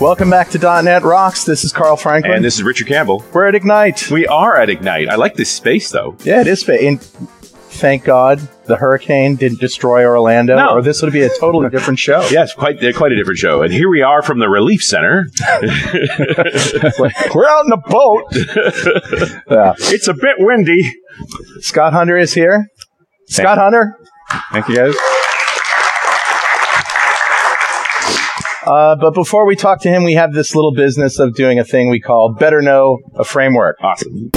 Welcome back to .NET Rocks. This is Carl Franklin. And this is Richard Campbell. We're at Ignite. We are at Ignite. I like this space, though. yeah, it is. Fa- and thank God the hurricane didn't destroy Orlando, No. or this would be a totally different show. Yes, quite uh, quite a different show. And here we are from the Relief Center. We're out in a boat. yeah. It's a bit windy. Scott Hunter is here. Scott Hunter. Thank you guys. Uh, but before we talk to him, we have this little business of doing a thing we call Better Know a Framework. Awesome.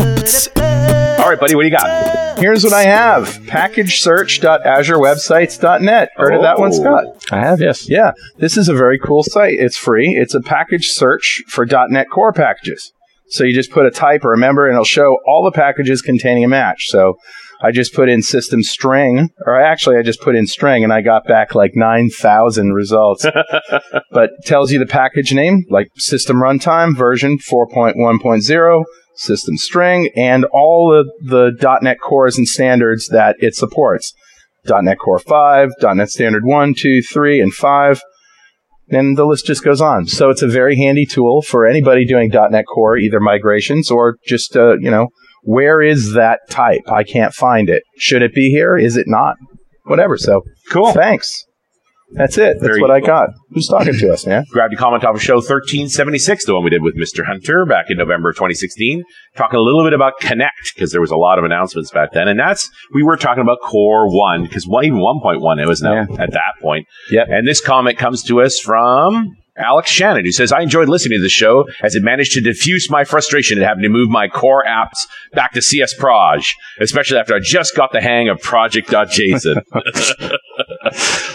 All right, buddy, what do you got? Here's what I have packagesearch.azurewebsites.net. Heard of that one, Oh. Scott? I have, yes. Yeah, this is a very cool site. It's free. It's a package search for .NET Core packages. So you just put a type or a member, and it'll show all the packages containing a match. So I just put in system string, or actually I just put in string, and I got back like nine thousand results. but tells you the package name, like system runtime version four point one point zero. System string and all of the .NET cores and standards that it supports. .NET Core 5, .NET Standard 1, 2, 3, and 5. And the list just goes on. So it's a very handy tool for anybody doing .NET Core, either migrations or just, uh, you know, where is that type? I can't find it. Should it be here? Is it not? Whatever. So Cool. thanks. That's it. That's Very what I cool. got. Who's talking to us, man? Grabbed a comment off of show 1376, the one we did with Mr. Hunter back in November 2016, talking a little bit about Connect because there was a lot of announcements back then. And that's, we were talking about Core 1 because one, even 1.1, it was now at that point. Yep. And this comment comes to us from Alex Shannon, who says, I enjoyed listening to the show as it managed to diffuse my frustration at having to move my core apps back to CS Proj, especially after I just got the hang of project.json.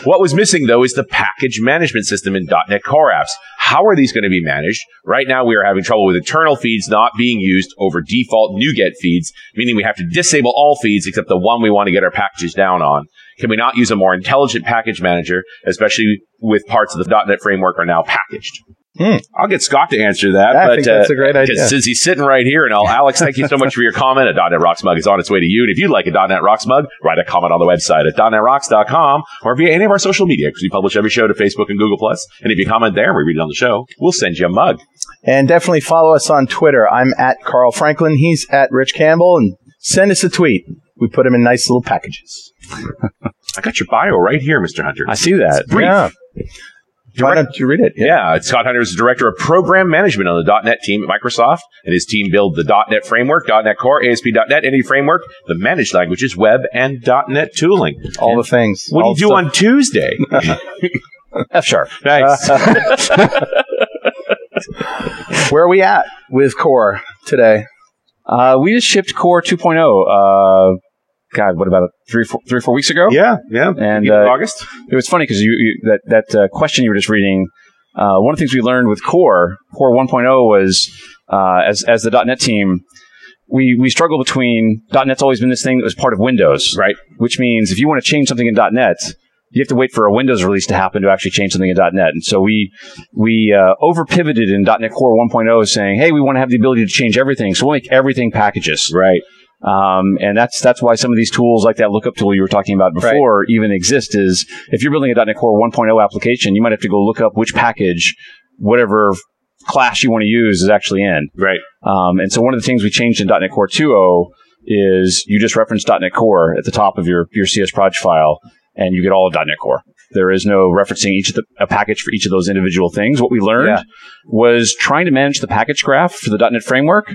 what was missing, though, is the package management system in .NET Core apps. How are these going to be managed? Right now, we are having trouble with internal feeds not being used over default NuGet feeds, meaning we have to disable all feeds except the one we want to get our packages down on. Can we not use a more intelligent package manager, especially with parts of the .NET framework are now packaged? Hmm. I'll get Scott to answer that. I but, think that's uh, a great idea. since he's sitting right here and all, Alex, thank you so much for your comment. A .NET Rocks mug is on its way to you. And if you'd like a .NET Rocks mug, write a comment on the website at .NETRocks.com or via any of our social media because we publish every show to Facebook and Google+. Plus. And if you comment there and we read it on the show, we'll send you a mug. And definitely follow us on Twitter. I'm at Carl Franklin. He's at Rich Campbell. And send us a tweet. We put them in nice little packages. I got your bio right here, Mr. Hunter. I see that. Brief. Yeah. Why don't you read it? Yeah, Scott Hunter is the director of program management on the .NET team at Microsoft, and his team build the .NET framework, .NET Core, ASP.NET, any framework, the managed languages, web, and .NET tooling. All the things. What All do you do on Tuesday? F sharp? Nice. Where are we at with core today? Uh, we just shipped Core 2.0. Uh, God, what about three, four, three or four weeks ago? yeah, yeah. And, In uh, August. It was funny because you, you that that uh, question you were just reading. Uh, one of the things we learned with Core Core 1.0 was uh, as as the .NET team, we we struggle between .NET's always been this thing that was part of Windows, Right. Which means if you want to change something in .NET, you have to wait for a Windows release to happen to actually change something in .NET. And so we we uh, over pivoted in .NET Core 1.0, saying, hey, we want to have the ability to change everything, so we'll make everything packages, Right. um, and that's that's why some of these tools, like that lookup tool you were talking about before, even exist. Is if you're building a .NET Core 1.0 application, you might have to go look up which package, whatever class you want to use, is actually in. Right. Um, and so one of the things we changed in .NET Core 2.0 is you just reference .NET Core at the top of your your CS Proj file, and you get all of .NET Core. There is no referencing each of the a package for each of those individual things. What we learned Yeah. was trying to manage the package graph for the .NET framework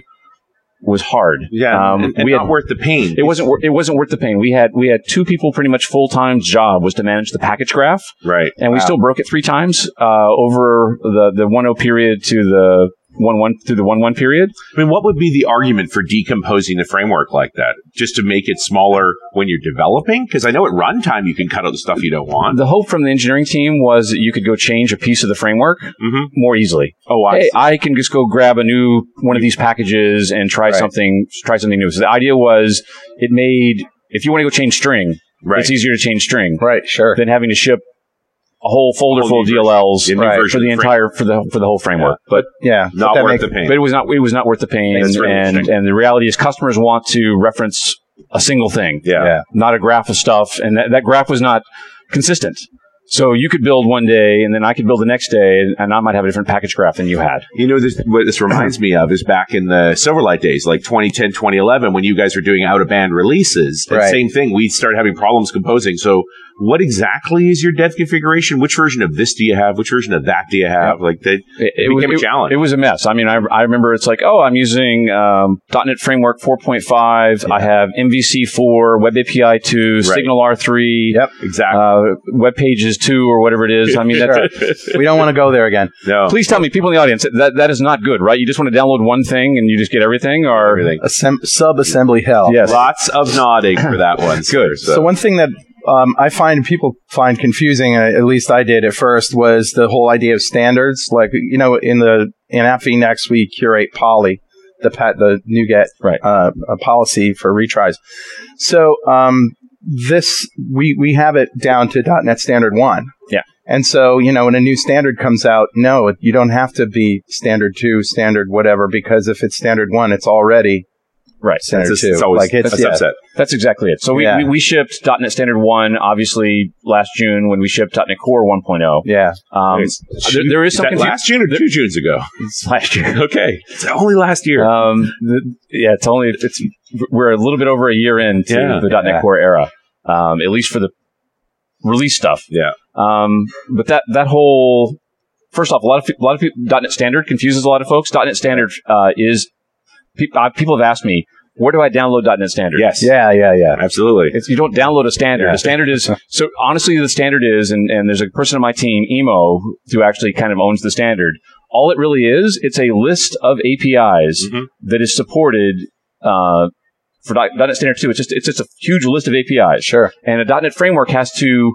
was hard. Yeah. Um, and and we not had- worth the pain. it wasn't. wor- It wasn't worth the pain. We had we had two people pretty much full time job was to manage the package graph, right. and we Wow. still broke it three times uh, over the the one o period to the one one through the one one period. I mean, what would be the argument for decomposing the framework like that, just to make it smaller when you're developing? Because I know at runtime you can cut out the stuff you don't want. The hope from the engineering team was that you could go change a piece of the framework Mm-hmm. more easily. Oh, I Hey, see. I can just go grab a new one of these packages and try Right. something try something new. So the idea was it made if you want to go change string, right. it's easier to change string Right, sure. than having to ship a whole folder Whole full of new DLLs version. New right, for version of the the entire for the for the whole framework. But Yeah. Not That worth make- the pain. But it was not it was not worth the pain. That's really and interesting. and the reality is customers want to reference a single thing, Yeah. Yeah. not a graph of stuff. And that, that graph was not consistent. So you could build one day, and then I could build the next day, and I might have a different package graph than you had. You know, this, what this reminds me of is back in the Silverlight days, like 2010, 2011, when you guys were doing out of band releases. And Right. Same thing. We started having problems composing. So, what exactly is your dev configuration? Which version of this do you have? Which version of that do you have? Like, they, It, It was- became a challenge. It was a mess. I mean, I, I remember it's like, oh, I'm using um, .NET Framework 4.5. I have MVC 4, Web API 2, Signal R3, Yep. exactly. uh, Web Pages 2, or whatever it is. I mean, that's, we don't want to go there again. no. please tell me, people in the audience, that that is not good, right? You just want to download one thing and you just get everything, or Everything. Assemb- Sub assembly hell. Yes. Lots of nodding for that one. Good. So one thing that um, I find people find confusing, uh, at least I did at first, was the whole idea of standards. Like you know, in the in AppFi next we curate poly, the pat the NuGet Right. uh, uh, policy for retries. So um, this we we have it down to .NET Standard One. Yeah. And so you know, when a new standard comes out, no, you don't have to be Standard Two, Standard whatever, because if it's Standard One, it's already Right. Standard it's, Two. it's always like it's a yeah. subset. That's exactly it. So we, Yeah. we, we shipped .NET Standard 1, obviously, last June when we shipped .NET Core 1.0. yeah. Um, It's- there, there is some that confusion. last June or two Junes ago. last year. Okay, it's only last year. Um, the, yeah, it's only it's we're a little bit over a year into Yeah. the .NET Yeah. Core era, um, at least for the release stuff. Yeah. Um, but that that whole first off, a lot of peop- a lot of people .NET Standard confuses a lot of folks. .NET Standard uh, is pe- uh, people have asked me where do I download .NET Standard? yes. Yeah. Yeah. Yeah. Absolutely. It's, you don't download a standard. Yeah. The standard is so honestly, the standard is, and, and there's a person on my team, Emo, who actually kind of owns the standard. All it really is, it's a list of APIs Mhm. that is supported uh, for dot- .NET Standard Two. It's just it's just a huge list of APIs, Sure. and a .NET framework has to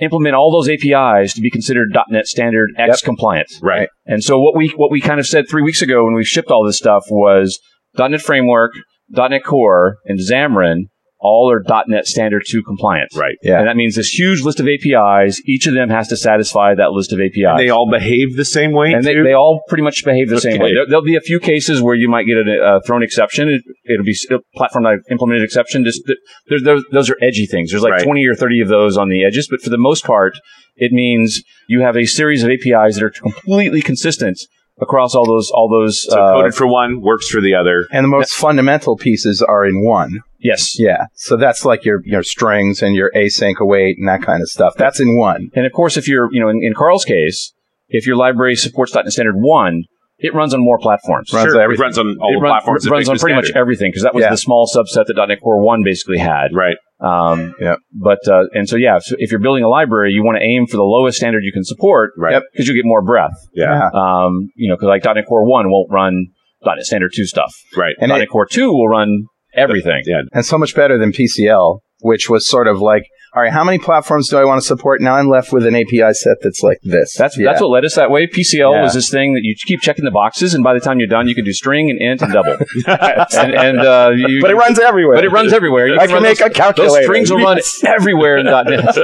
implement all those APIs to be considered .NET Standard X compliant. Right. And so what we what we kind of said three weeks ago when we shipped all this stuff was .NET Framework, .NET Core, and Xamarin all are .NET Standard 2 compliant. Right. Yeah. And that means this huge list of APIs. Each of them has to satisfy that list of APIs. They all behave the same way. And they, too? they all pretty much behave the same Okay. way. There, there'll be a few cases where you might get a, uh thrown exception. It, it'll be s- a platform that implemented exception. Just th- there, there, those are edgy things. There's like Right. 20 or 30 of those on the edges, but for the most part, it means you have a series of APIs that are completely consistent across all those all those. so uh, coded for one, works for the other. And the most fundamental pieces are in one. yes, Yeah. So that's like your your strings and your async await and that kind of stuff. That's in one. and of course, if you're you know in, in Carl's case, if your library supports .NET Standard one, it runs on more platforms. Runs sure, it everything. runs on all it the runs, platforms. that runs make on the pretty much standard. everything because that was Yeah. the small subset that .NET Core one basically had. Right. Um, Yep. But uh, and so yeah, so if you're building a library, you want to aim for the lowest standard you can support, Right. Yep. Because you get more breadth. Yeah. Um, you know, because like .NET Core one won't run .NET Standard two stuff. Right. And .NET it- Core two will run everything. Yeah. And so much better than PCL, which was sort of like, all right, how many platforms do I want to support? Now I'm left with an API set that's like this. That's yeah. that's what led us that way. PCL Yeah. was this thing that you keep checking the boxes, and by the time you're done, you can do string and int and double. and and uh, you, but it runs everywhere. but it runs everywhere. You I run can make those- a calculator. those strings will run everywhere in .NET.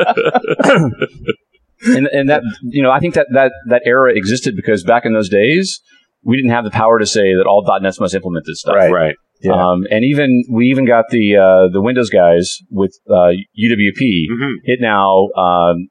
and and that you know, I think that that that era existed because back in those days, we didn't have the power to say that all .NETs must implement this stuff. Right. Right. Yeah. Um, and even we even got the uh, the Windows guys with uh, UWP. hmm Mm-hmm. It now um,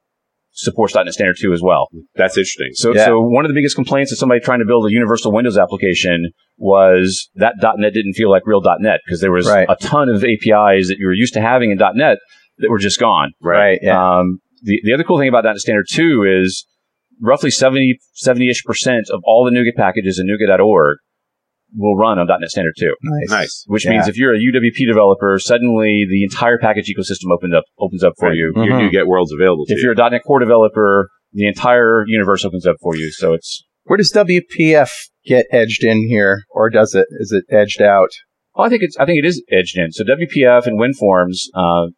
supports .NET Standard two as well. That's interesting. So, Mm-hmm. Yeah. so one of the biggest complaints of somebody trying to build a universal Windows application was that .NET didn't feel like real .NET because there was Right. a ton of APIs that you were used to having in .NET that were just gone. right. Yeah. Um, the, the other cool thing about .NET Standard 2 is roughly 70, 70-ish percent of all the NuGet packages in NuGet.org will run on .NET Standard 2, nice. Nice. which Yeah. means if you're a UWP developer, suddenly the entire package ecosystem opened up, opens up for Right. Mm-hmm. you. You, you get worlds available to If you're a .NET Core developer, the entire universe opens up for you. So it's Where does WPF get edged in here, or does it? Is it edged out? Well, I think it's I think it is edged in. So WPF and WinForms, uh,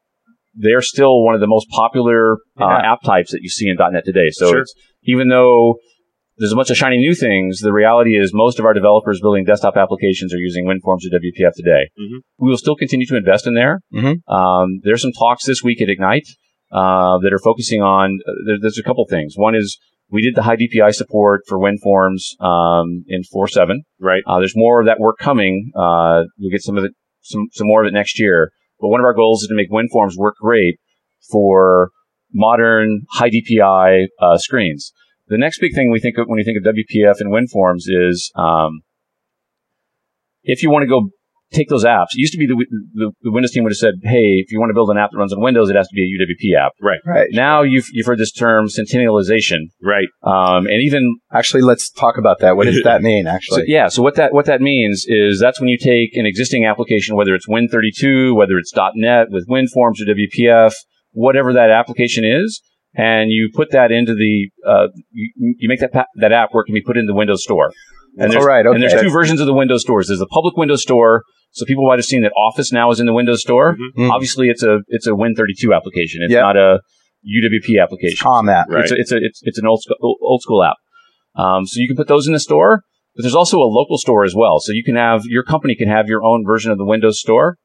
they're still one of the most popular uh, Yeah. app types that you see in .NET today. So Sure. it's, even though there's a bunch of shiny new things, the reality is most of our developers building desktop applications are using WinForms or WPF today. Mhm. We will still continue to invest in there. Mhm. Um, there's some talks this week at Ignite uh, that are focusing on. Uh, there, there's a couple things. One is we did the high DPI support for WinForms um, in 4.7. Right. Uh, there's more of that work coming. Uh, you'll get some of it, some, some more of it next year. But one of our goals is to make WinForms work great for modern high DPI uh, screens. The next big thing we think of when you think of WPF and WinForms is um, if you want to go take those apps. It used to be the, the the Windows team would have said, "Hey, if you want to build an app that runs on Windows, it has to be a UWP app." Right. Now you've you've heard this term centennialization, Right. um, and even Actually, let's talk about that. What does that mean, so, actually? yeah. So what that what that means is that's when you take an existing application, whether it's Win32, whether it's .NET with WinForms or WPF, whatever that application is, and you put that into the uh, you, you make that pa- that app where it can be put in the Windows Store. And All there's, right. Okay. and there's two versions of the Windows stores. There's the public Windows Store, so people might have seen that Office now is in the Windows Store. Mhm. Obviously, it's a it's a Win32 application. It's Yeah. not a UWP application. Com app. Right. It's, a, it's, a, it's, it's an old school, old school app. Um, so you can put those in the store, but there's also a local store as well. So you can have your company can have your own version of the Windows Store.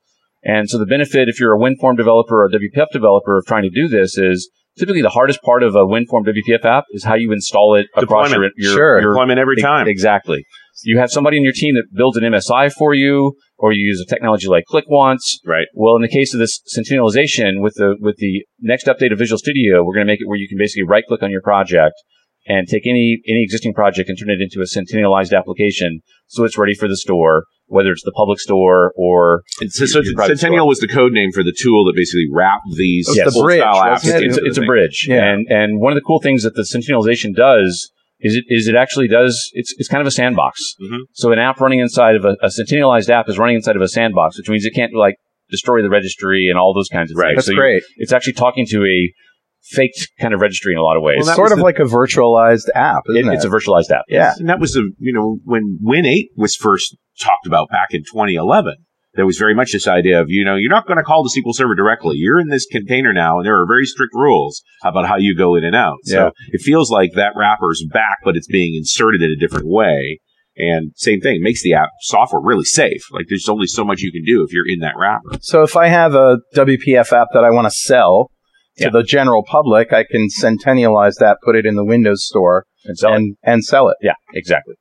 And so the benefit, if you're a WinForm developer or a WPF developer of trying to do this, is typically the hardest part of a WinForm WPF app is how you install it across your, Deployment. your, Sure. your Deployment every time. Exactly. You have somebody in your team that builds an MSI for you, or you use a technology like ClickWants. Right. Well, in the case of this centennialization, with the with the next update of Visual Studio, we're going to make it where you can basically right click on your project and take any any existing project and turn it into a centennialized application, so it's ready for the store, whether it's the public store or It's- so Your- your private Centennial store. was the code name for the tool that basically wrapped these It's the full bridge, style apps. wasn't it? into it's, the it's a thing. bridge. Yeah. And and one of the cool things that the centennialization does is it is it actually does it's it's kind of a sandbox. Mhm. So an app running inside of a, a centennialized app is running inside of a sandbox, which means it can't like destroy the registry and all those kinds of Right. things. That's so you- great. it's actually talking to a faked kind of registry in a lot of ways. It's sort of like a virtualized app, It- isn't it? it's a virtualized app. yeah. And that was the, you know, when Win 8 was first talked about back in 2011, there was very much this idea of, you know, you're not going to call the SQL Server directly. You're in this container now, and there are very strict rules about how you go in and out. Yeah. So it feels like that wrapper's back, but it's being inserted in a different way. And same thing, makes the app software really safe. Like there's only so much you can do if you're in that wrapper. So if I have a WPF app that I want to sell to Yeah. the general public, I can centennialize that, put it in the Windows store, And so and and sell it. yeah, exactly.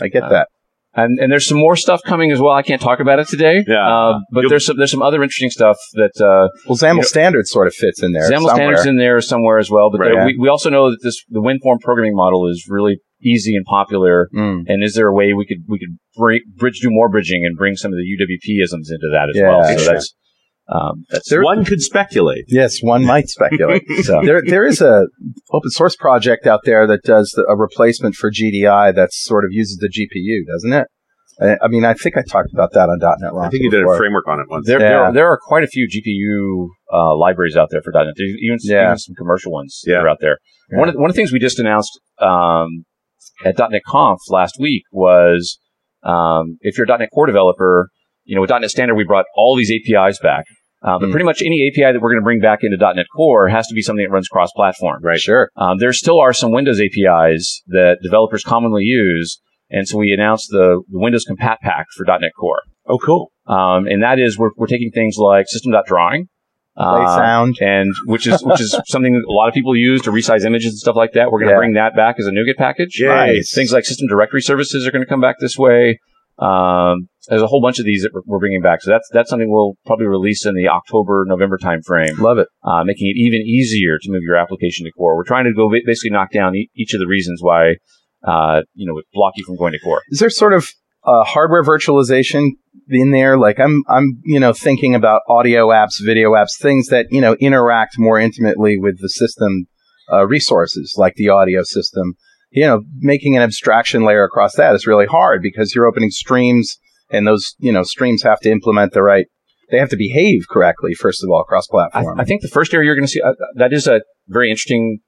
I get Uh, that. And and there's some more stuff coming as well. I can't talk about it today. Yeah. Uh, but You'll- there's some there's some other interesting stuff that uh, Well, XAML you know- standard sort of fits in there. XAML somewhere. standards in there somewhere as well. But Right. there, we, we also know that this the WinForm programming model is really easy and popular. Mm. And is there a way we could we could bri- bridge do more bridging and bring some of the UWP isms into that as Yeah. well? So Sure. that's um, that's There- One could speculate. Yes, one might speculate. so. there, there is a open source project out there that does the, a replacement for GDI that sort of uses the GPU, doesn't it? I, I mean, I think I talked about that on .NET. I Rocks think you did a before. framework on it once. There, there, Yeah. are, there are quite a few GPU uh, libraries out there for .NET. There's even, Yeah. even some commercial ones Yeah. that are out there. Yeah. One, of the, one of the things we just announced um, at .NET Conf last week was um, if you're a .NET Core developer, you know, with .NET Standard, we brought all these APIs back. Uh, but Hmm. pretty much any API that we're going to bring back into .NET Core has to be something that runs cross-platform. Right. Sure. Um, there still are some Windows APIs that developers commonly use, and so we announced the, the Windows Compat Pack for .NET Core. Oh, cool. Um, and that is we're, we're taking things like system.drawing, Play Uh, sound. and which is which is something that a lot of people use to resize images and stuff like that. We're going to Yeah. bring that back as a NuGet package. Yay. Nice. Things like system directory services are going to come back this way. Um, there's a whole bunch of these that we're- we're bringing back. So that's that's something we'll probably release in the October November timeframe, Love it. uh, making it even easier to move your application to core. We're trying to go ba- basically knock down e- each of the reasons why. Uh, you know, would block you from going to core. Is there sort of uh, hardware virtualization in there? Like I'm, I'm, you know, thinking about audio apps, video apps, things that you know interact more intimately with the system uh, resources, like the audio system. You know, making an abstraction layer across that is really hard because you're opening streams, and those you know streams have to implement the right. They have to behave correctly, first of all, cross I, platform. I think the first area you're going to see uh, that is a very interesting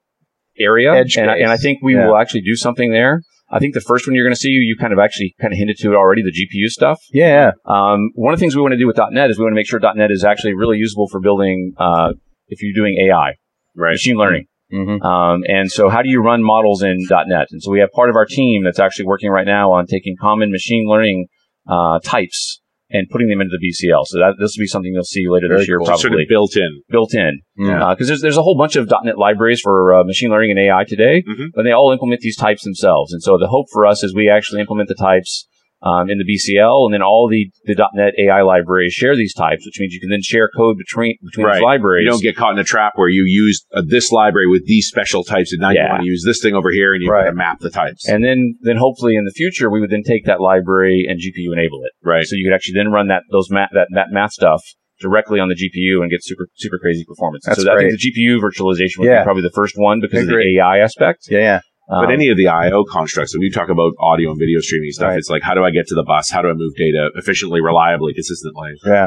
area, Edge and, I, and I case. think we Yeah. will actually do something there. I think the first one you're going to see, you kind of actually kind of hinted to it already, the GPU stuff. yeah. Um, one of the things we want to do with .NET is we want to make sure .NET is actually really useful for building uh, if you're doing AI, Right. machine learning. Mm-hmm. Um, and so, how do you run models in .NET? And so, we have part of our team that's actually working right now on taking common machine learning uh, types and putting them into the BCL. So that this will be something you'll see later Very this year, cool. probably Sort of built in. built in Yeah. because Uh, there's there's a whole bunch of .NET libraries for uh, machine learning and AI today, Mhm. but they all implement these types themselves. And so the hope for us is we actually implement the types um, in the BCL, and then all the, the .NET AI libraries share these types, which means you can then share code between between Right. these libraries. You don't get caught in a trap where you use uh, this library with these special types, and now you Yeah. want to use this thing over here, and you Right. gotta map the types. and then, then hopefully in the future, we would then take that library and GPU enable it. right. So you could actually then run that those math that, that math stuff directly on the GPU and get super super crazy performance. And That's so I great. think the GPU virtualization would Yeah. be probably the first one because of Agreed. the AI aspect. Yeah, yeah. but Um, any of the IO constructs, when you talk about audio and video streaming stuff, Right. it's like, how do I get to the bus? How do I move data efficiently, reliably, consistently? Yeah.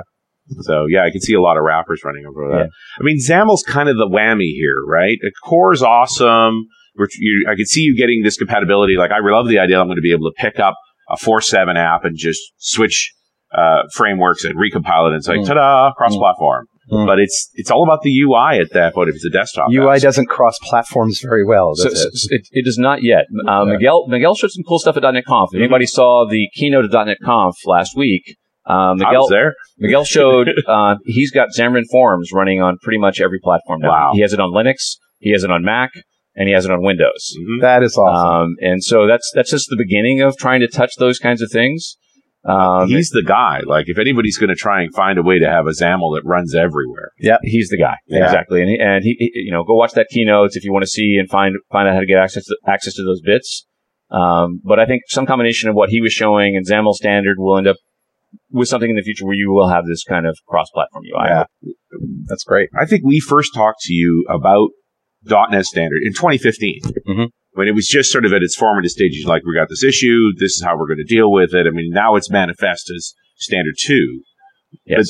So yeah, I can see a lot of rappers running over that. Yeah. I mean, XAML's kind of the whammy here, right? Uh, Core's awesome. We're, you, I could see you getting this compatibility. Like, I love the idea. I'm going to be able to pick up a four seven app and just switch uh, frameworks and recompile it. And it's like, Mm. ta-da, cross-platform. Mm. But it's it's all about the UI at that point. If it's a desktop, UI app. doesn't cross platforms very well, so, does it? so- it, it does not yet. Uh, Yeah. Miguel Miguel showed some cool stuff at .NET Conf. If anybody saw the keynote at .NET Conf last week, uh, I was Miguel there. Miguel showed uh, he's got Xamarin Forms running on pretty much every platform now. Wow. He has it on Linux, he has it on Mac, and he has it on Windows. Mhm. That is awesome. Um, and so that's that's just the beginning of trying to touch those kinds of things. Um, he's, he's the guy. Like, if anybody's going to try and find a way to have a XAML that runs everywhere, Uh, the guy, Yeah. exactly. And he, and he, he- you know, go watch that keynotes if you want to see and find find out how to get access to, access to those bits. Um, but I think some combination of what he was showing and XAML standard will end up with something in the future where you will have this kind of cross-platform UI. Yeah. Um, That's great. I think we first talked to you about .NET Standard in 2015 Mm-hmm. Mhm. when it was just sort of at its formative stages. Like, we got this issue. This is how we're going to deal with it. I mean, now it's manifest as Standard Two. Yes.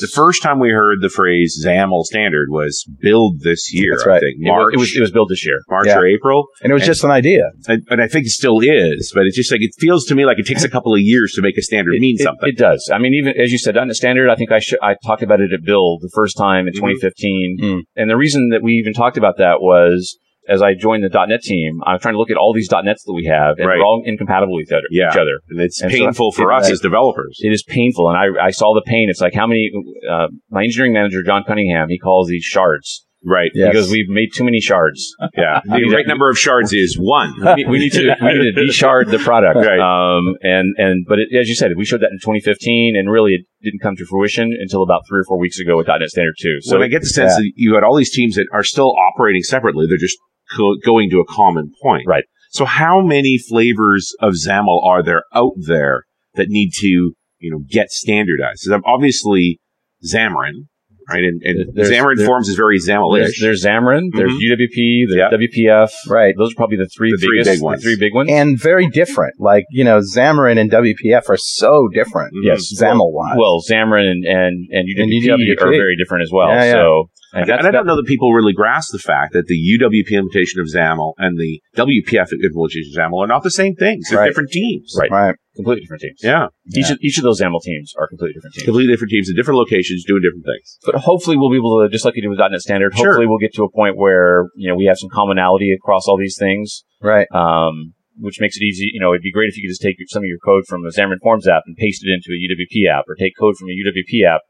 But the first time we heard the phrase XAML Standard was build this year. That's right. I think It was, March. it was it was built this year. March Yeah. or April, And it was And- just an idea. and, and I think it still is, but it's just like it feels to me like it takes a couple of years to make a standard mean something. It does. I mean, even as you said, .NET Standard. I think I sh- I talked about it at Build the first time in Mhm. 2015, Mm. and the reason that we even talked about that was as I joined the .NET team, I'm trying to look at all these .NETs that we have, and Right. we're all incompatible with each other. Yeah. Each other. and it's And so painful for it- us it- as developers. It is painful, and I I saw the pain. It's like how many. Uh, my engineering manager John Cunningham he calls these shards. Right. Yes. He goes, "We've made too many shards. Yeah. The Yeah. right number of shards is one. we, need, we need to we need to deshard the product." Right. Um, and and but it, as you said, we showed that in 2015, and really it didn't come to fruition until about three or four weeks ago with .NET Standard 2. So So I get the sense that you had all these teams that are still operating separately. They're just co- going to a common point. Right. So how many flavors of XAML are there out there that need to, you know, get standardized? 'Cause I'm obviously Xamarin, right? And, and There's- Xamarin there- Forms is very there's, XAML-ish. there's Xamarin, there's UWP, there's Yeah. WPF. Right. Those are probably the three Mm-hmm. The three biggest, big ones. The three big ones. And very different. Like, you know, Xamarin and WPF are so different. Mhm. yes, XAML wise. Mm-hmm. Well, Xamarin and and, and, UWP, UWP. are very different as well. Yeah, yeah. So And, that's- and I don't know that people really grasp the fact that the UWP implementation of XAML and the WPF implementation of XAML are not the same things. They're Right. different teams. Right. right. completely different teams. Yeah. Each of, each of those XAML teams are completely different teams. Completely different teams in different locations doing different things. But hopefully we'll be able to, just like you did with .NET Standard, Sure. hopefully we'll get to a point where you know we have some commonality across all these things, Right. um, which makes it easy. You know, it'd be great if you could just take your- some of your code from a Xamarin Forms app and paste it into a UWP app, or take code from a UWP app,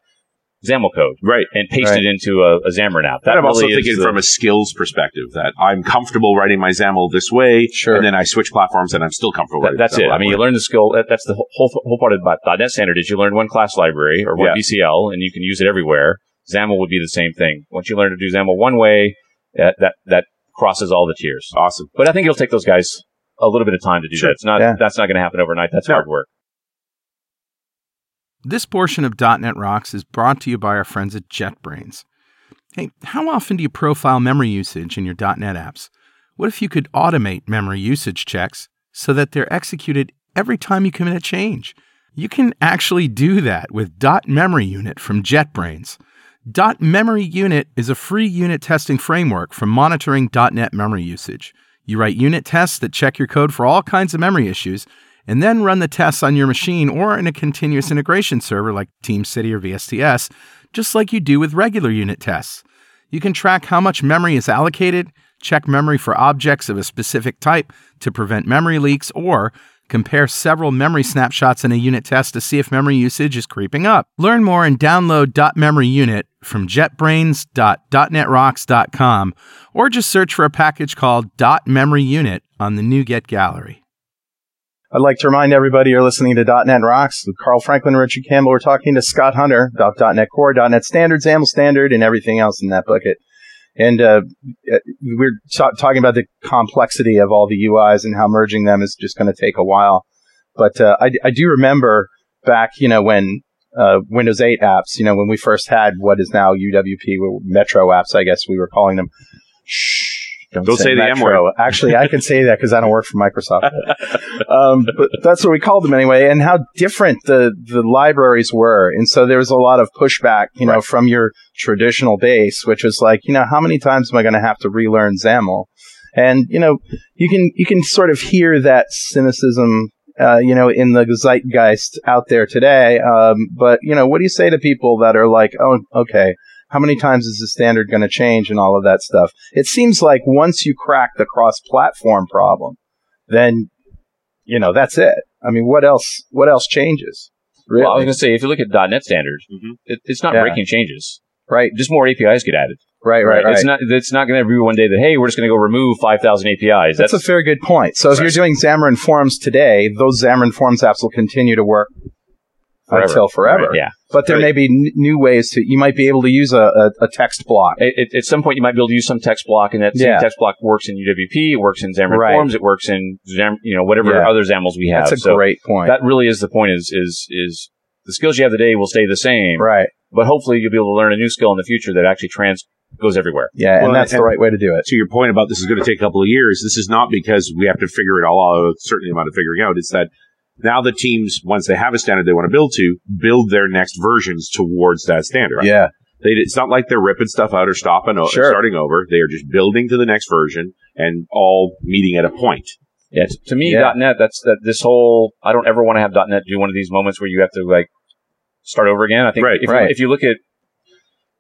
XAML code, Right. and paste Right. it into a, a Xamarin app. That I'm also really is thinking the- from a skills perspective that I'm comfortable writing my XAML this way, Sure. and then I switch platforms and I'm still comfortable. That- writing that's XAML it. that I mean, way. you learn the skill. That, that's the whole whole part about .NET Standard is you learn one class library or one Yeah. BCL, and you can use it everywhere. XAML would be the same thing. Once you learn to do XAML one way, that that, that crosses all the tiers. awesome. But I think it'll take those guys a little bit of time to do Sure. that. It's not Yeah. that's not going to happen overnight. That's No. hard work. This portion of .NET Rocks is brought to you by our friends at JetBrains. Hey, how often do you profile memory usage in your .NET apps? What if you could automate memory usage checks so that they're executed every time you commit a change? You can actually do that with .memory unit from JetBrains. .memory unit is a free unit testing framework for monitoring .NET memory usage. You write unit tests that check your code for all kinds of memory issues and then run the tests on your machine or in a continuous integration server like TeamCity or VSTS, just like you do with regular unit tests. You can track how much memory is allocated, check memory for objects of a specific type to prevent memory leaks, or compare several memory snapshots in a unit test to see if memory usage is creeping up. Learn more and download .memory unit from jetbrains.netrocks.com or just search for a package called .memory unit on the NuGet gallery. I'd like to remind everybody you're listening to .NET Rocks with Carl Franklin, Richard Campbell. We're talking to Scott Hunter about .NET Core, .NET Standards, AML Standard, and everything else in that bucket. And uh, uh, we're ta- talking about the complexity of all the UIs and how merging them is just going to take a while. But uh, I, d- I do remember back, you know, when uh, Windows 8 apps, you know, when we first had what is now UWP, well, Metro apps, I guess we were calling them. Shh. Don't say the M Metro. Actually, I can say that because I don't work for Microsoft. um, but that's what we called them anyway, and how different the, the libraries were. And so there was a lot of pushback, you know, from your traditional base, which was like, you know, how many times am I going to have to relearn XAML? And you know, you can you can sort of hear that cynicism uh, you know, in the zeitgeist out there today. Um, but you know, what do you say to people that are like, "Oh, okay, how many times is the standard going to change?" and all of that stuff? It seems like once you crack the cross-platform problem, then you know that's it. I mean, what else? What else changes? Really? Well, I was gonna say if you look at .NET standards, Mhm. it, it's not Yeah. breaking changes. right, Just more APIs get added. right, right, right. It's not. It's not going to be one day that hey, we're just going to go remove five thousand APIs. that's, That's, a fair good point. So if Right. you're doing Xamarin Forms today, those Xamarin Forms apps will continue to work Forever. until forever. yeah. But there Right. may be n- new ways to. You might be able to use a, a, a text block. At, at- at some point, you might be able to use some text block, and that same Yeah. text block works in UWP, it works in Xamarin Right. Forms, it works in Xam- you know whatever Yeah. other XAMLs we have. That's a so great point. that really is the point. Is is is the skills you have today will stay the same, right. but hopefully you'll be able to learn a new skill in the future that actually trans goes everywhere. Yeah, Well, and that's and- the right way to do it. to your point about this is going to take a couple of years, this is not because we have to figure it all out, although it's certainly amount of figuring out. It's that now the teams, once they have a standard they want to build to, build their next versions towards that standard. Yeah. They, it's not like they're ripping stuff out or stopping or Sure. starting over. They are just building to the next version and all meeting at a point. Yeah, t- to me, Yeah. .NET. That's that. This whole I don't ever want to have .NET do one of these moments where you have to like start over again. I think Right, if, You, right. if you look at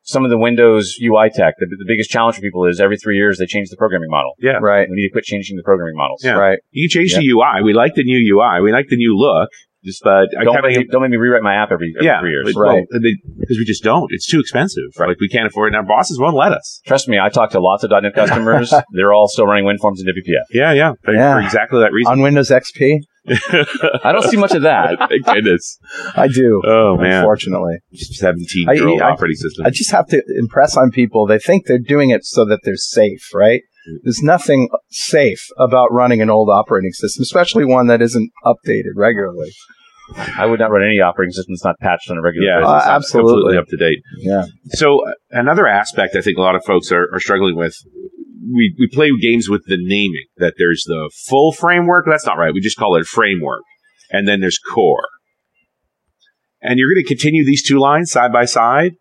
some of the Windows UI tech, the, the biggest challenge for people is every three years they change the programming model. Yeah. Right. We need to quit changing the programming models. Yeah. Right. You can change the UI. We like the new UI. We like the new look. Just, but I Don't, kinda- make me, don't make me rewrite my app every, every yeah, three years. but- well, Right. they- because we just don't. It's too expensive. Like we can't afford it. And our bosses won't let us. Trust me, I talk to lots of .NET customers. They're all still running WinForms and WPF. Yeah, yeah. For, Yeah. for exactly that reason. On Windows XP, I don't see much of that. Thank goodness. I do. Oh man, Unfortunately, seventeen I- e, year old I- operating system. I just have to impress on people. They think they're doing it so that they're safe, right? There's nothing safe about running an old operating system, especially one that isn't updated regularly. I would not run any operating system that's not patched on a regular yeah, basis. Uh, it's- it's absolutely. completely up to date. Yeah. So uh, another aspect I think a lot of folks are, are struggling with. We we play games with the naming that there's the full framework. That's not right. We just call it framework, and then there's core. And you're going to continue these two lines side by side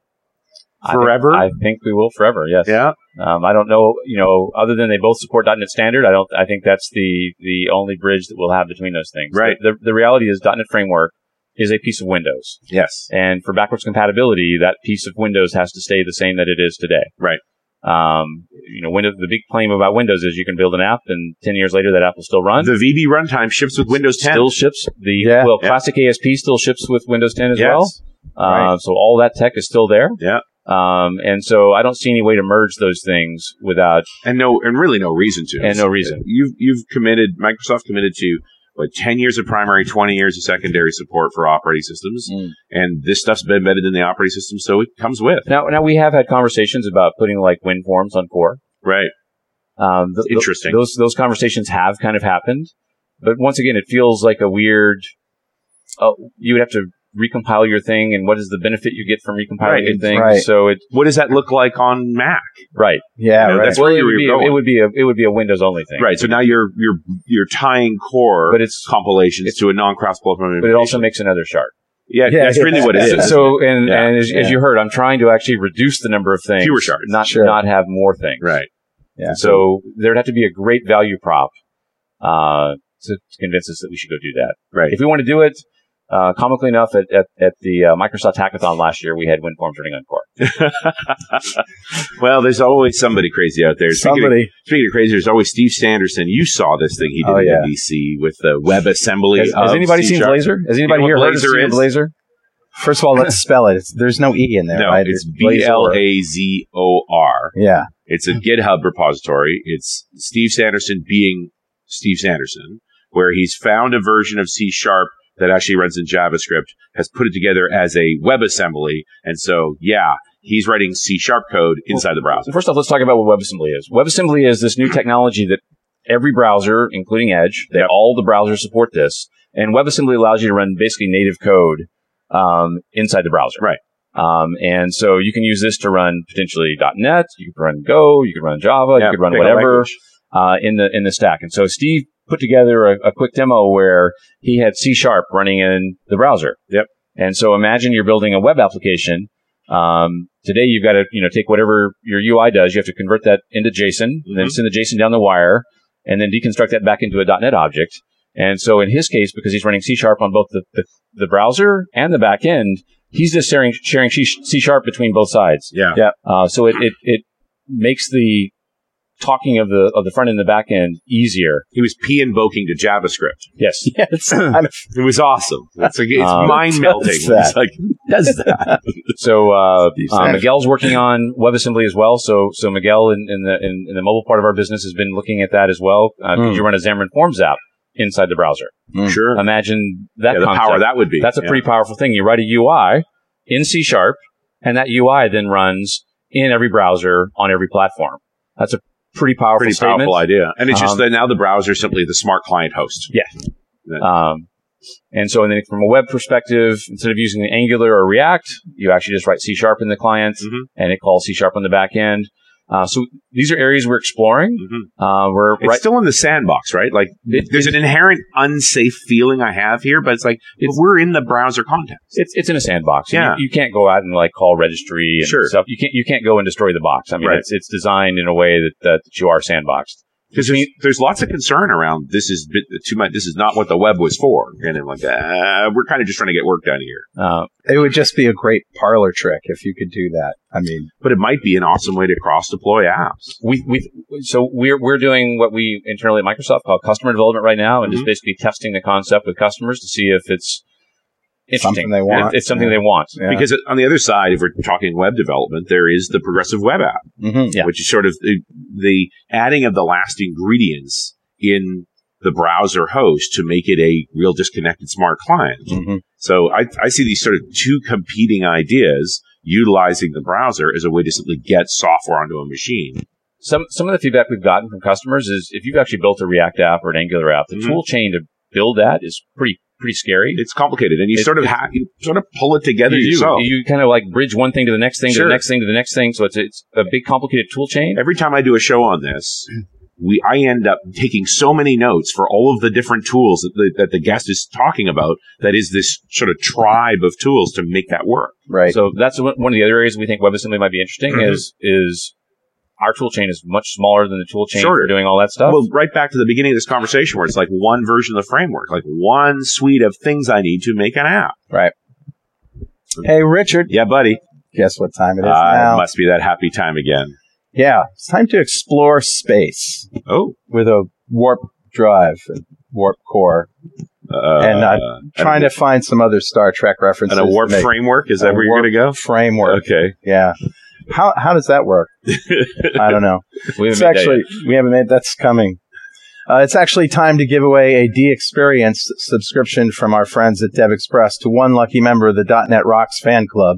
I think- forever. I think we will forever. Yes. yeah. Um, I don't know, you know, other than they both support .NET Standard, I don't. I think that's the the only bridge that we'll have between those things. Right. The, the, the reality is .NET Framework is a piece of Windows, Yes. and for backwards compatibility, that piece of Windows has to stay the same that it is today. Right. Um, you know, Windows. The big claim about Windows is you can build an app, and ten years later, that app will still run. The VB runtime ships with Windows 10. Still ships the Yeah. well, Yeah. classic ASP still ships with Windows 10 as Yes. well. Uh, Right. So all that tech is still there. Yeah. Um, and so I don't see any way to merge those things without and no, and really no reason to. and no reason. You've you've committed. Microsoft committed to like ten years of primary, twenty years of secondary support for operating systems, Mm. and this stuff's been embedded in the operating system, so it comes with Now, now we have had conversations about putting like wind forms on core. right. Um, th- th- Interesting. Those those conversations have kind of happened, but once again, it feels like a weird. Uh, you would have to recompile your thing, and what is the benefit you get from recompiling Right, your it's- thing? right. So it What does that look like on Mac? right. Yeah. You know, right. that's where it you would were be going. it would be a it would be a Windows only thing. Right. So now you're you're you're tying core But it's compilations it's- to a non cross platform. but it also makes another shard. yeah, Yeah, that's yeah. really what it Yeah. is. So and Yeah. and as, as you heard, I'm trying to actually reduce the number of things, Fewer shards. not Sure. not have more things. right. Yeah. So there'd have to be a great value prop uh, to, to convince us that we should go do that. Right. If we want to do it, uh, comically enough, at, at, at the uh, Microsoft Hackathon last year, we had WinForms running on core. well, there's always somebody crazy out there. Speaking of- Somebody. Speaking of crazy, there's always Steve Sanderson. You saw this thing he did Oh, in yeah. NBC with the WebAssembly. Has, has of anybody C seen sharp. Blazor? Has anybody know here what heard of Blazor Steve is? Blazor? First of all, let's spell it. It's, there's no e in there. No, right? it's B Blazor. L A Z O R. Yeah. Mm-hmm. It's a GitHub repository. It's Steve Sanderson being Steve Sanderson where he's found a version of C sharp that actually runs in JavaScript, has put it together as a WebAssembly. And so, yeah, he's writing C sharp code inside the browser. So first off, let's talk about what WebAssembly is. WebAssembly is this new technology that every browser, including Edge, that all the browsers support this. And WebAssembly allows you to run basically native code um, inside the browser. Right. Um, and so you can use this to run potentially .NET, you could run Go, you could run Java, Yeah, you could run pick a whatever language. uh, in the in the stack. And so Steve put together a, a quick demo where he had C sharp running in the browser. Yep. And so imagine you're building a web application. Um, today you've got to you know take whatever your UI does, you have to convert that into JSON, and then Mhm. send the JSON down the wire, and then deconstruct that back into a .NET object. And so in his case, because he's running C sharp on both the, the, the browser and the back end, he's just sharing sharing C sharp between both sides. Yeah. Uh, so it, it it makes the talking of the of the front end and the back end easier. He was P invoking to JavaScript. Yes. Yeah, it's kind of It was awesome. It's, like, it's Um, mind melting. does that? It's like, does that. So uh, Steve uh, Sanders. Miguel's working on WebAssembly as well. So so Miguel in, in the in, in the mobile part of our business has been looking at that as well. Uh, Hmm. Could you run a Xamarin Forms app inside the browser? Mm. sure. Imagine that yeah, the concept. power that would be. That's a Yeah. pretty powerful thing. You write a UI in C sharp, and that UI then runs in every browser on every platform. That's a pretty powerful pretty statement. powerful idea. And it's just Um, that now the browser is simply the smart client host. Um, and so, and then from a web perspective, instead of using Angular or React, you actually just write C sharp in the client, Mhm. and it calls C sharp on the back end. Uh, so these are areas we're exploring. Mhm. Uh, we're It's right. still in the sandbox, right? Like It- there's an inherent unsafe feeling I have here, but it's like It's- we're in the browser context. It's, it's in a sandbox. Yeah. You, you can't go out and like call registry and Sure. stuff. You can't you can't go and destroy the box. I mean, Right. it's it's designed in a way that, that you are sandboxed. Because there's, there's lots of concern around this is bit too much. This is not what the web was for, and I'm like, uh, we're kind of just trying to get work done here. Uh, It would just be a great parlor trick if you could do that. I mean, But it might be an awesome way to cross deploy apps. we we so we're we're doing what we internally at Microsoft call customer development right now, Mm-hmm. and just basically testing the concept with customers to see if it's interesting. Something they and if want. it's something Yeah. they want. yeah. Because on the other side, if we're talking web development, there is the progressive web app. Mhm. Yeah. which is sort of the, the adding of the last ingredients in the browser host to make it a real disconnected smart client. Mhm. So I, I see these sort of two competing ideas utilizing the browser as a way to simply get software onto a machine. Some some of the feedback we've gotten from customers is if you've actually built a React app or an Angular app, the Mhm. tool chain to build that is pretty pretty scary. It's complicated, and you It- sort of it- ha- you sort of pull it together you, do. yourself. you kind of like bridge one thing to the next thing to Sure. the next thing to the next thing. So it's it's a big complicated tool chain. Every time I do a show on this, we I end up taking so many notes for all of the different tools that the, that the guest is talking about. That is this sort of tribe of tools to make that work. Right. So that's one one of the other areas we think WebAssembly might be interesting Mhm. is is our tool chain is much smaller than the tool chain Shorter. for doing all that stuff. Well, right back to the beginning of this conversation where it's like one version of the framework, like one suite of things I need to make an app. hey, Richard, Yeah, buddy. guess what time it is Uh, it now? must be that happy time again. Yeah, it's time to explore space Oh. with a warp drive, and warp core. Uh, And I'm Trying and, to find some other Star Trek references. And a warp to make- framework? Is a that where you're warp going to go? Framework. Okay. Yeah. How how does that work? I don't know. we haven't It's made that actually we haven't made that's coming. Uh, it's actually time to give away a D Experience subscription from our friends at Dev Express to one lucky member of the .NET Rocks fan club.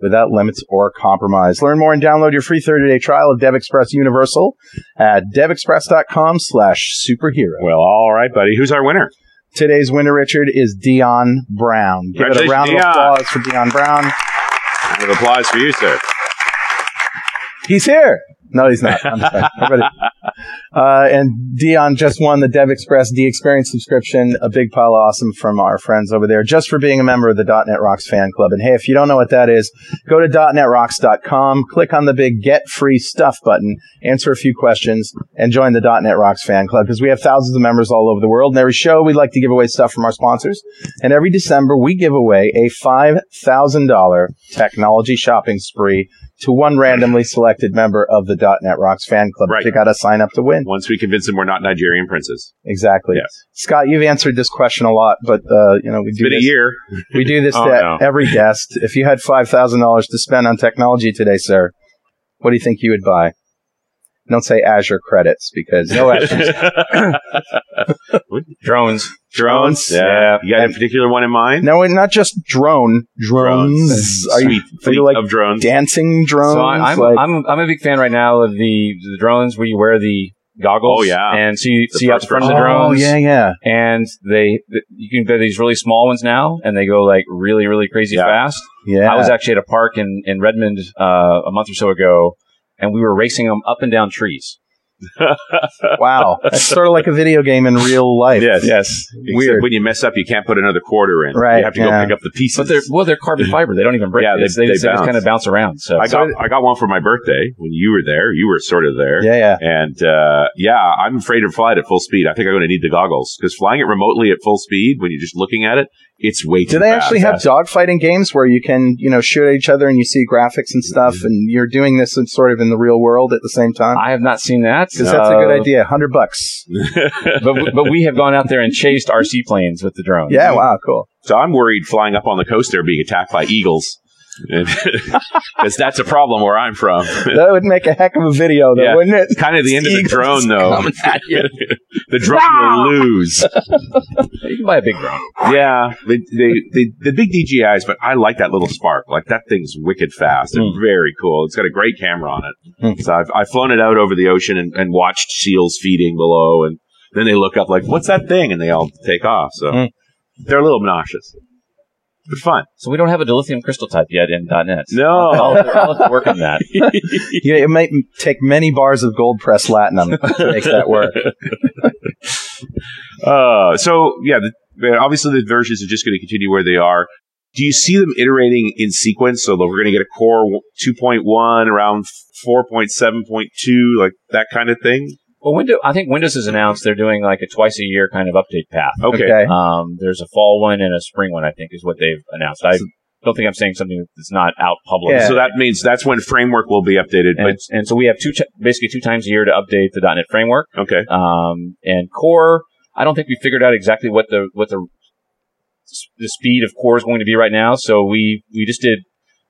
without limits or compromise. Learn more and download your free 30-day trial of DevExpress Universal at devexpress.com slash superhero. Well, all right, buddy. Who's our winner? Today's winner, Richard, is Dion Brown. Give it a Congratulations, round of Dion. applause for Dion Brown. Round of applause for you, sir. He's here. No, he's not. I'm sorry. Everybody- Uh, and Dion just won the Dev Express D Experience subscription, a big pile of awesome from our friends over there, just for being a member of the .NET Rocks fan club. And hey, if you don't know what that is, go to .NETRocks.com, click on the big Get Free Stuff button, answer a few questions, and join the .NET Rocks fan club because we have thousands of members all over the world. And every show, we like to give away stuff from our sponsors. And every December, we give away a $5,000 technology shopping spree to one randomly selected member of the .NET Rocks fan club. Right. You got to sign up to win. Once we convince them we're not Nigerian princes. Exactly. Yes. Scott, you've answered this question a lot, but uh, you know we do It's been this, a year. we do this Oh, to no. every guest. If you had five thousand dollars to spend on technology today, sir, what do you think you would buy? Don't say Azure credits because no Azure. Drones. Drones. Yeah. You got a particular one in mind? no, and not just drone drones. Are you, Sweet are fleet you like of drones. dancing drones? So I, I'm, like, I'm I'm a big fan right now of the the drones where you wear the goggles. Oh, yeah. and so you The see out first the front of person. the drones. oh yeah, yeah. and they th- you can get these really small ones now, and they go like really really crazy Yeah. fast. Yeah. I was actually at a park in in Redmond uh, a month or so ago, and we were racing them up and down trees. wow. That's sort of like a video game in real life. Yes. Yes. Except Weird. when you mess up, you can't put another quarter in. Right, You have to yeah. go pick up the pieces. But they're well, they're carbon fiber; they don't even break. Yeah, It's- they- they, they just- they just bounce. kind of bounce around. So I got I got one for my birthday when you were there. You were sort of there. Yeah, yeah. And uh, yeah, I'm afraid to fly it at full speed. I think I'm going to need the goggles because flying it remotely at full speed when you're just looking at it, it's way too Do they fast. actually have dogfighting games where you can, you know, shoot at each other and you see graphics and stuff, Mm-hmm. and you're doing this in sort of in the real world at the same time? I have not seen that Because that's a Uh, good idea. Hundred bucks. Mm-hmm. but but we have gone out there and chased RC planes with the drones. Yeah. Wow. Cool. So I'm worried flying up on the coast there being attacked by eagles. Because that's a problem where I'm from. That would make a heck of a video, though, Yeah. wouldn't it? It's kind of the end of the Eagles drone, though. coming at you. the drone will lose. you can buy a big drone. Yeah, they, they, they, the big DJIs, but I like that little spark. Like that thing's wicked fast and very cool. It's got a great camera on it. Mm. So I've, I've flown it out over the ocean and, and watched seals feeding below, and then they look up like, "What's that thing?" and they all take off. So Mm. they're a little obnoxious, but fun. So we don't have a dilithium crystal type yet in .NET. No, I'll, I'll have to work on that. You know, it might take many bars of gold pressed latinum to make that work. Uh, so yeah, the, the- obviously the versions are just going to continue where they are. Do you see them iterating in sequence? So like, we're going to get a core w- 2.1 around 4.7.2, like that kind of thing. Well, Windows. I think Windows has announced they're doing like a twice a year kind of update path. Okay. Uh, Um, there's a fall one and a spring one. I think is what they've announced. I don't think I'm saying something that's not out public. Yeah. So that means that's when framework will be updated. and, and so we have two, t- basically two times a year to update the .NET framework. But okay, Um, and core, I don't think we figured out exactly what the what the s- the speed of core is going to be right now. So we we just did.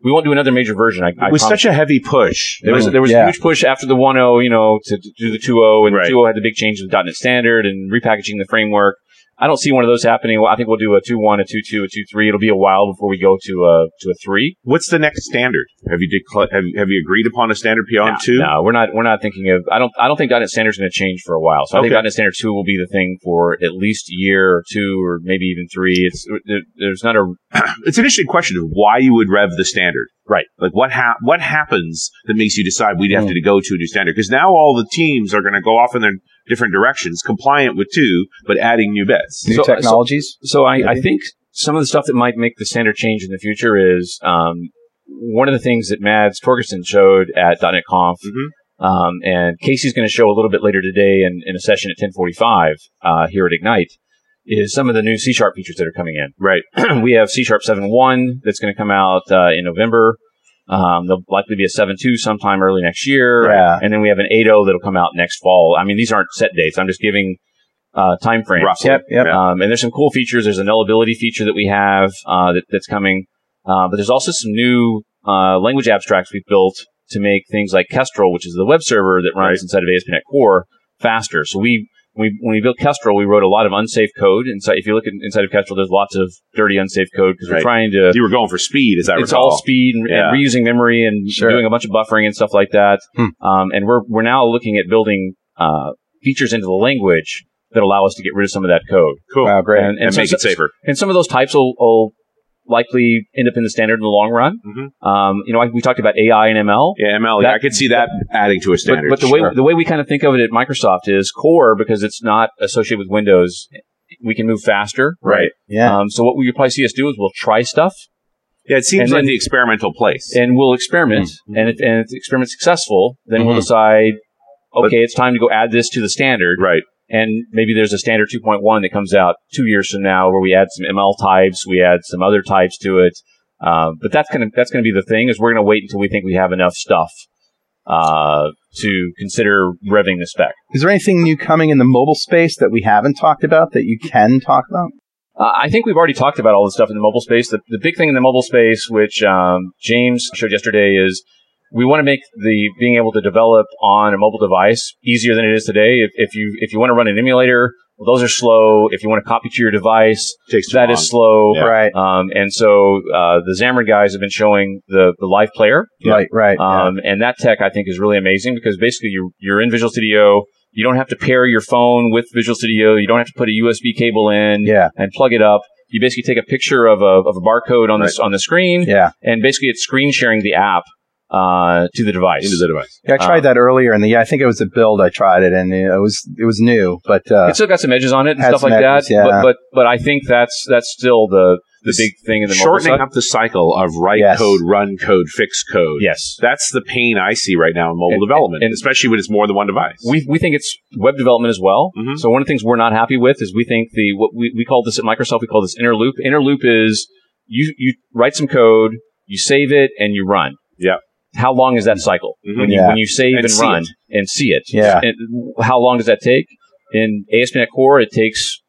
We won't do another major version. I, I it was promise. such a heavy push. There was Mhm. there was Yeah. a huge push after the 1.0, you know, to to do the 2.0, and Right. the 2.0 had the big change of the .NET standard and repackaging the framework. I don't see one of those happening. Well, I think we'll do a 2.1, a 2.2, a 2.3. It'll be a while before we go to a to a three. What's the next standard? Have you decla- have, have you agreed upon a standard beyond two? No, we're not. We're not thinking of. I don't. I don't think .NET standard's going to change for a while. So I Okay. think .NET standard two will be the thing for at least a year or two, or maybe even three. It's there, there's not a It's an interesting question of why you would rev the standard. Right. Mm. Like what ha- what happens that makes you decide we'd have to go to a new standard? Because now all the teams are going to go off in their different directions, compliant with two, but adding new bets. New So- so- technologies. So I, I Maybe. think some of the stuff that might make the standard change in the future is um, one of the things that Mads Torgerson showed at .NET Conf, Mhm. Mm-hmm. um, and Casey's going to show a little bit later today in, in a session at 1045 uh, here at Ignite, is some of the new C-sharp features that are coming in. Right. we have C-sharp 7.1 that's going to come out uh, in November. Um, there'll likely be a 7.2 sometime early next year. Yeah. And then we have an 8.0 that'll come out next fall. I mean, these aren't set dates. I'm just giving uh, time frames. Roughly. Yep. Yep. Yeah. Um, and there's some cool features. There's a nullability feature that we have uh, that, that's coming, uh, but there's also some new uh, language abstracts we've built to make things like Kestrel, which is the web server that runs Right. inside of ASP.NET Core, faster. So we we, when we built Kestrel, we wrote a lot of unsafe code. Inside, if you look at, inside of Kestrel, there's lots of dirty unsafe code because Right. we're trying to. You were going for speed, as I It's recall. all speed and, Yeah. and reusing memory and Sure. doing a bunch of buffering and stuff like that. Hmm. Um, and we're we're now looking at building uh, features into the language that allow us to get rid of some of that code Cool. Wow. Great. And- And, so- make it safer. and some of those types will, will likely end up in the standard in the long run. Mhm. Um, you know, I, we talked about AI and ML. Yeah, ML. yeah, That- I could see that adding to a But, standard. but the Sure. way the way we kind of think of it at Microsoft is core because it's not associated with Windows. We can move faster, Right. Yeah. Um, so what you probably see us do is we'll try stuff Yeah, it seems and like then- the experimental place. and we'll experiment, Mm-hmm. and if and if the experiment's successful, then we'll Mhm. decide. Okay, it's time to go add this to the standard, right. and maybe there's a standard 2.1 that comes out two years from now where we add some ML types, we add some other types to it, Uh, but that's gonna that's gonna be the thing is we're gonna wait until we think we have enough stuff uh, to consider revving the spec. Is there anything new coming in the mobile space that we haven't talked about that you can talk about? Uh, I think we've already talked about all the stuff in the mobile space. The, the big thing in the mobile space, which um, James showed yesterday, is we want to make the being able to develop on a mobile device easier than it is today. If, if you if you want to run an emulator, well, those are slow. If you want to copy to your device, Takes too that long. is slow. Yeah. Right, Um, and so uh, the Xamarin guys have been showing the the live player, Yeah. right, right. yeah. um, and that tech I think is really amazing because basically you're you're in Visual Studio. You don't have to pair your phone with Visual Studio. You don't have to put a USB cable in yeah, and plug it up. You basically take a picture of a, of a barcode on this on the screen, yeah. and basically it's screen sharing the app uh, to the device. into the device. Yeah, I tried Um, that earlier, and yeah, I think it was a build. I tried it, and it was it was new, but uh, it's still got some edges on it and Had stuff some like edges, that, yeah. but, but but I think that's that's still the the This big thing in the mobile Shortening side. up the cycle of write Yes. code, run code, fix code. Yes, That's the pain I see right now in mobile And- development, and- especially when it's more than one device. we, we think it's web development as well. Mhm. So one of the things we're not happy with is we think the what we, we call this at Microsoft we call this inner loop. Inner loop is you you write some code, you save it, and you run. Yep. How long is that cycle Mhm. when you Yeah. when you save And and, see run it. and see it? Yeah. And how long does that take? In ASP.NET Core, it takes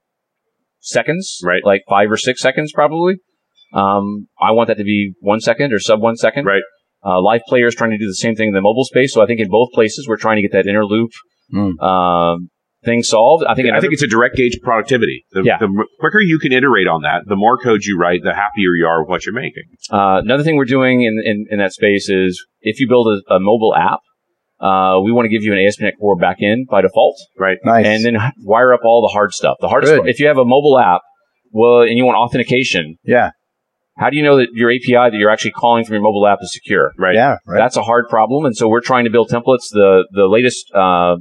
seconds, Right. Like five or six seconds, probably. Um, I want that to be one second or sub one second. Right. Uh, live players trying to do the same thing in the mobile space. So I think in both places we're trying to get that inner loop Mm. um, thing solved. I think. I another- think it's a direct gauge of productivity. The, Yeah. the m- quicker you can iterate on that, the more code you write, the happier you are with what you're making. uh, another thing we're doing in, in, in that space is if you build a, a mobile app, uh, we want to give you an ASP.NET Core backend by default, nice. and then h- wire up all the hard stuff. The hardest, Good. part- if you have a mobile app, well, and you want authentication, yeah, how do you know that your API that you're actually calling from your mobile app is secure? Right. yeah, right. That's a hard problem, and so we're trying to build templates. The the latest uh,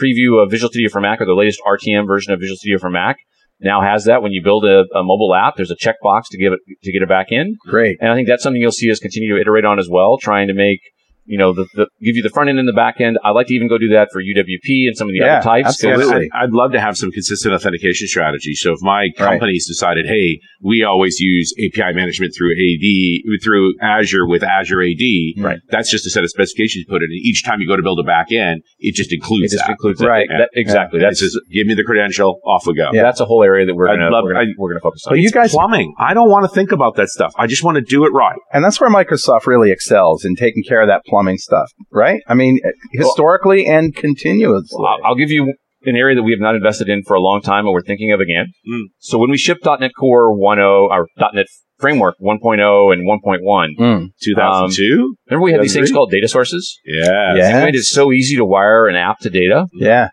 preview of Visual Studio for Mac, or the latest RTM version of Visual Studio for Mac, now has that. When you build a, a mobile app, there's a checkbox to give it to get it back in, Great. and I think that's something you'll see us continue to iterate on as well, trying to make you know the, the give you the front end and the back end. I like to even go do that for UWP and some of the Yeah, other types. 'cause- Yeah, but Absolutely. I'd, I'd love to have some consistent authentication strategy. So if my Right. company's decided, hey, we always use API management through AD through Azure with Azure AD, Right. That's just a set of specifications put in. And each time you go to build a back end, it just includes It just that. includes Right. That, exactly. That's That's just give me the credential, off we go. Yeah. that's a whole area that we're I'd gonna love- we're gonna, I- we're gonna focus on. But you guys, Plumbing. I don't want to think about that stuff. I just want to do it right. and that's where Microsoft really excels in taking care of that plumbing stuff, right? I mean, eh, historically and continuously. I'll, I'll give you an area that we have not invested in for a long time and we're thinking of again. Mm. So when we ship .NET Core 1.0 or .NET Framework 1.0 and 1.1, Mm. 2002. remember we had these things Agree. called data sources? yeah. Yeah. We made it so easy to wire an app to data. Yeah,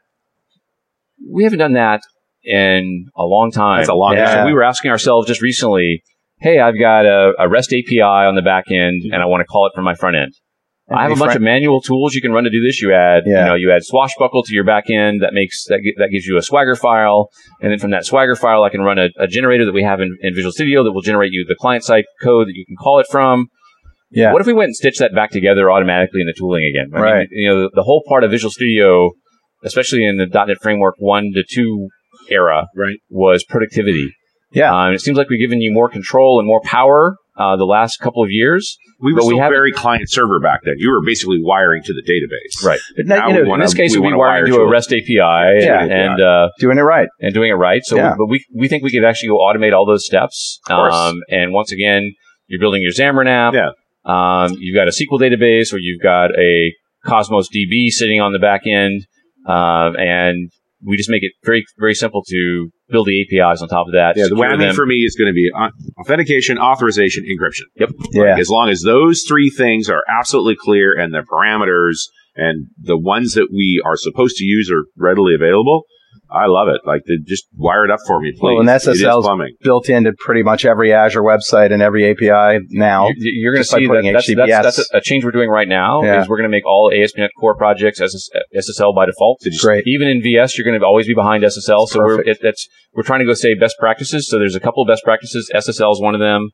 We haven't done that in a long time. That's a long Yeah. So we were asking ourselves just recently, hey, I've got a, a REST API on the back end and I want to call it from my front end. I have a bunch of manual tools you can run to do this. You add, Yeah. you know, you add Swashbuckle to your back end. That makes that gi- that gives you a Swagger file, and then from that Swagger file, I can run a, a generator that we have in, in Visual Studio that will generate you the client side code that you can call it from. yeah, What if we went and stitched that back together automatically in the tooling again? I mean, Right. you know, the whole part of Visual Studio, especially in the .NET Framework one to two era, Right. was productivity. Yeah. Um, it seems like we've given you more control and more power uh, the last couple of years. We were But we still haven't- very client server back then. You were basically wiring to the database. Right. but now, now you we know, want- in this wanna- case, we we, wanna wire wired you to a it. REST API Yeah. and and, uh, doing it right. and doing it right. So, Yeah. but we we think we could actually go automate all those steps. um, course. and once again, you're building your Xamarin app. Yeah. Um, you've got a SQL database, or you've got a Cosmos DB sitting on the back end, um, and we just make it very very simple to build the APIs on top of that. Yeah, the secure whammy them. for me is going to be au- authentication, authorization, encryption. Yeah, As long as those three things are absolutely clear and their parameters and the ones that we are supposed to use are readily available, I love it. Like, they just wire it up for me, please. Well, and It is SSLs plumbing. built into pretty much every Azure website and every API now. You- You're going to Just by see that putting that's, HTTPS. that's, that's a, a change we're doing right now Yeah. is we're going to make all ASP.NET Core projects SS, SSL by default. Did you- Great. Even in VS, you're going to always be behind SSL. So we're it, that's we're trying to go say best practices. So there's a couple of best practices. SSL is one of them.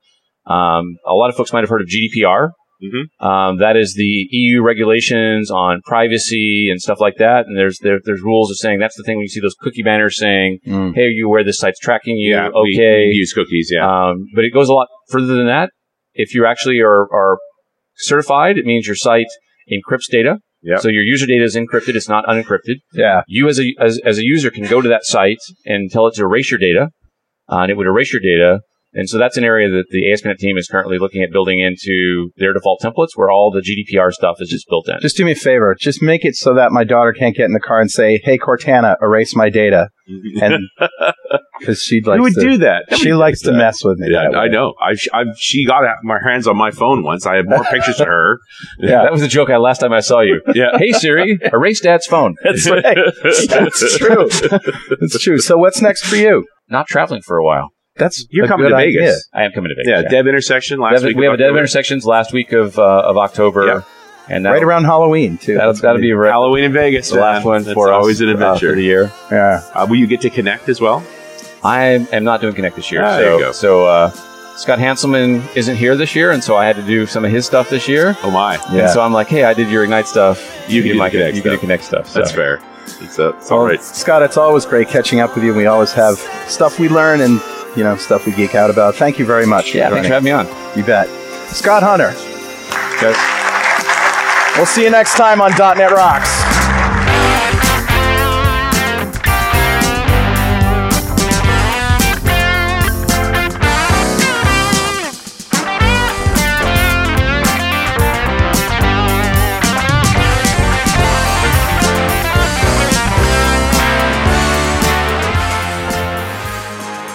Um, a lot of folks might have heard of GDPR. Mhm. Um, that is the EU regulations on privacy and stuff like that. And there's there, there's rules of saying that's the thing when you see those cookie banners saying, Mm. "Hey, are you aware this site's tracking you?" Yeah, okay. we, we use cookies. Yeah, Um, but it goes a lot further than that. if you actually are, are certified, it means your site encrypts data. Yep. So your user data is encrypted; it's not unencrypted. Yeah. You as a as, as a user can go to that site and tell it to erase your data, uh, and it would erase your data. And so that's an area that the ASP.NET team is currently looking at building into their default templates, where all the GDPR stuff is just built in. Just do me a favor. Just make it so that my daughter can't get in the car and say, "Hey Cortana, erase my data," and because she likes Who would to, do that? Nobody she likes to that. mess with me. Yeah, that I way. know. I've, I've she got my hands on my phone once. I have more pictures of her. Yeah, That was the joke I last time I saw you. Yeah. hey Siri, erase Dad's phone. that's right. That's true. That's true. So what's next for you? Not traveling for a while. That's You're a coming good to idea. Vegas. I am coming to Vegas. Yeah, Dev intersection last Dev- week. we have of a dev October. intersections last week of uh, of October, Yeah. and Right around Halloween too. that'll, that'll be right, Halloween in Vegas. the last man. one That's for us, always an uh, for adventure. the year. yeah. Uh, will you get to connect as well? I am not doing Connect this year, Ah, so there you go. so uh, Scott Hanselman isn't here this year, and so I had to do some of his stuff this year. Oh my, Yeah. And so I'm like, hey, I did your Ignite stuff. You can do do my the Connect you can do stuff. Connect stuff. So. that's fair. It's, uh, it's all right. Scott, it's always great catching up with you. We always have stuff we learn and you know stuff we geek out about. Thank you very much. Yeah, for thanks for joining. having me on. you bet. Scott Hunter. Guys. We'll see you next time on .NET Rocks.